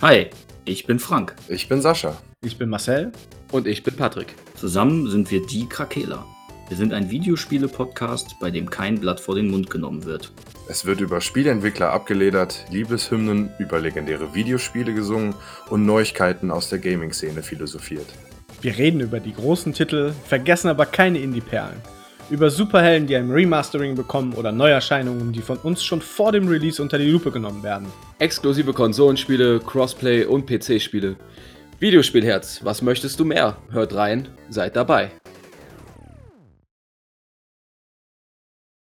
Hi, ich bin Frank. Ich bin Sascha. Ich bin Marcel. Und ich bin Patrick. Zusammen sind wir die Krakela. Wir sind ein Videospiele-Podcast, bei dem kein Blatt vor den Mund genommen wird. Es wird über Spieleentwickler abgeledert, Liebeshymnen über legendäre Videospiele gesungen und Neuigkeiten aus der Gaming-Szene philosophiert. Wir reden über die großen Titel, vergessen aber keine Indie-Perlen. Über Superhelden, die ein Remastering bekommen oder Neuerscheinungen, die von uns schon vor dem Release unter die Lupe genommen werden. Exklusive Konsolenspiele, Crossplay und PC-Spiele. Videospielherz, was möchtest du mehr? Hört rein, seid dabei.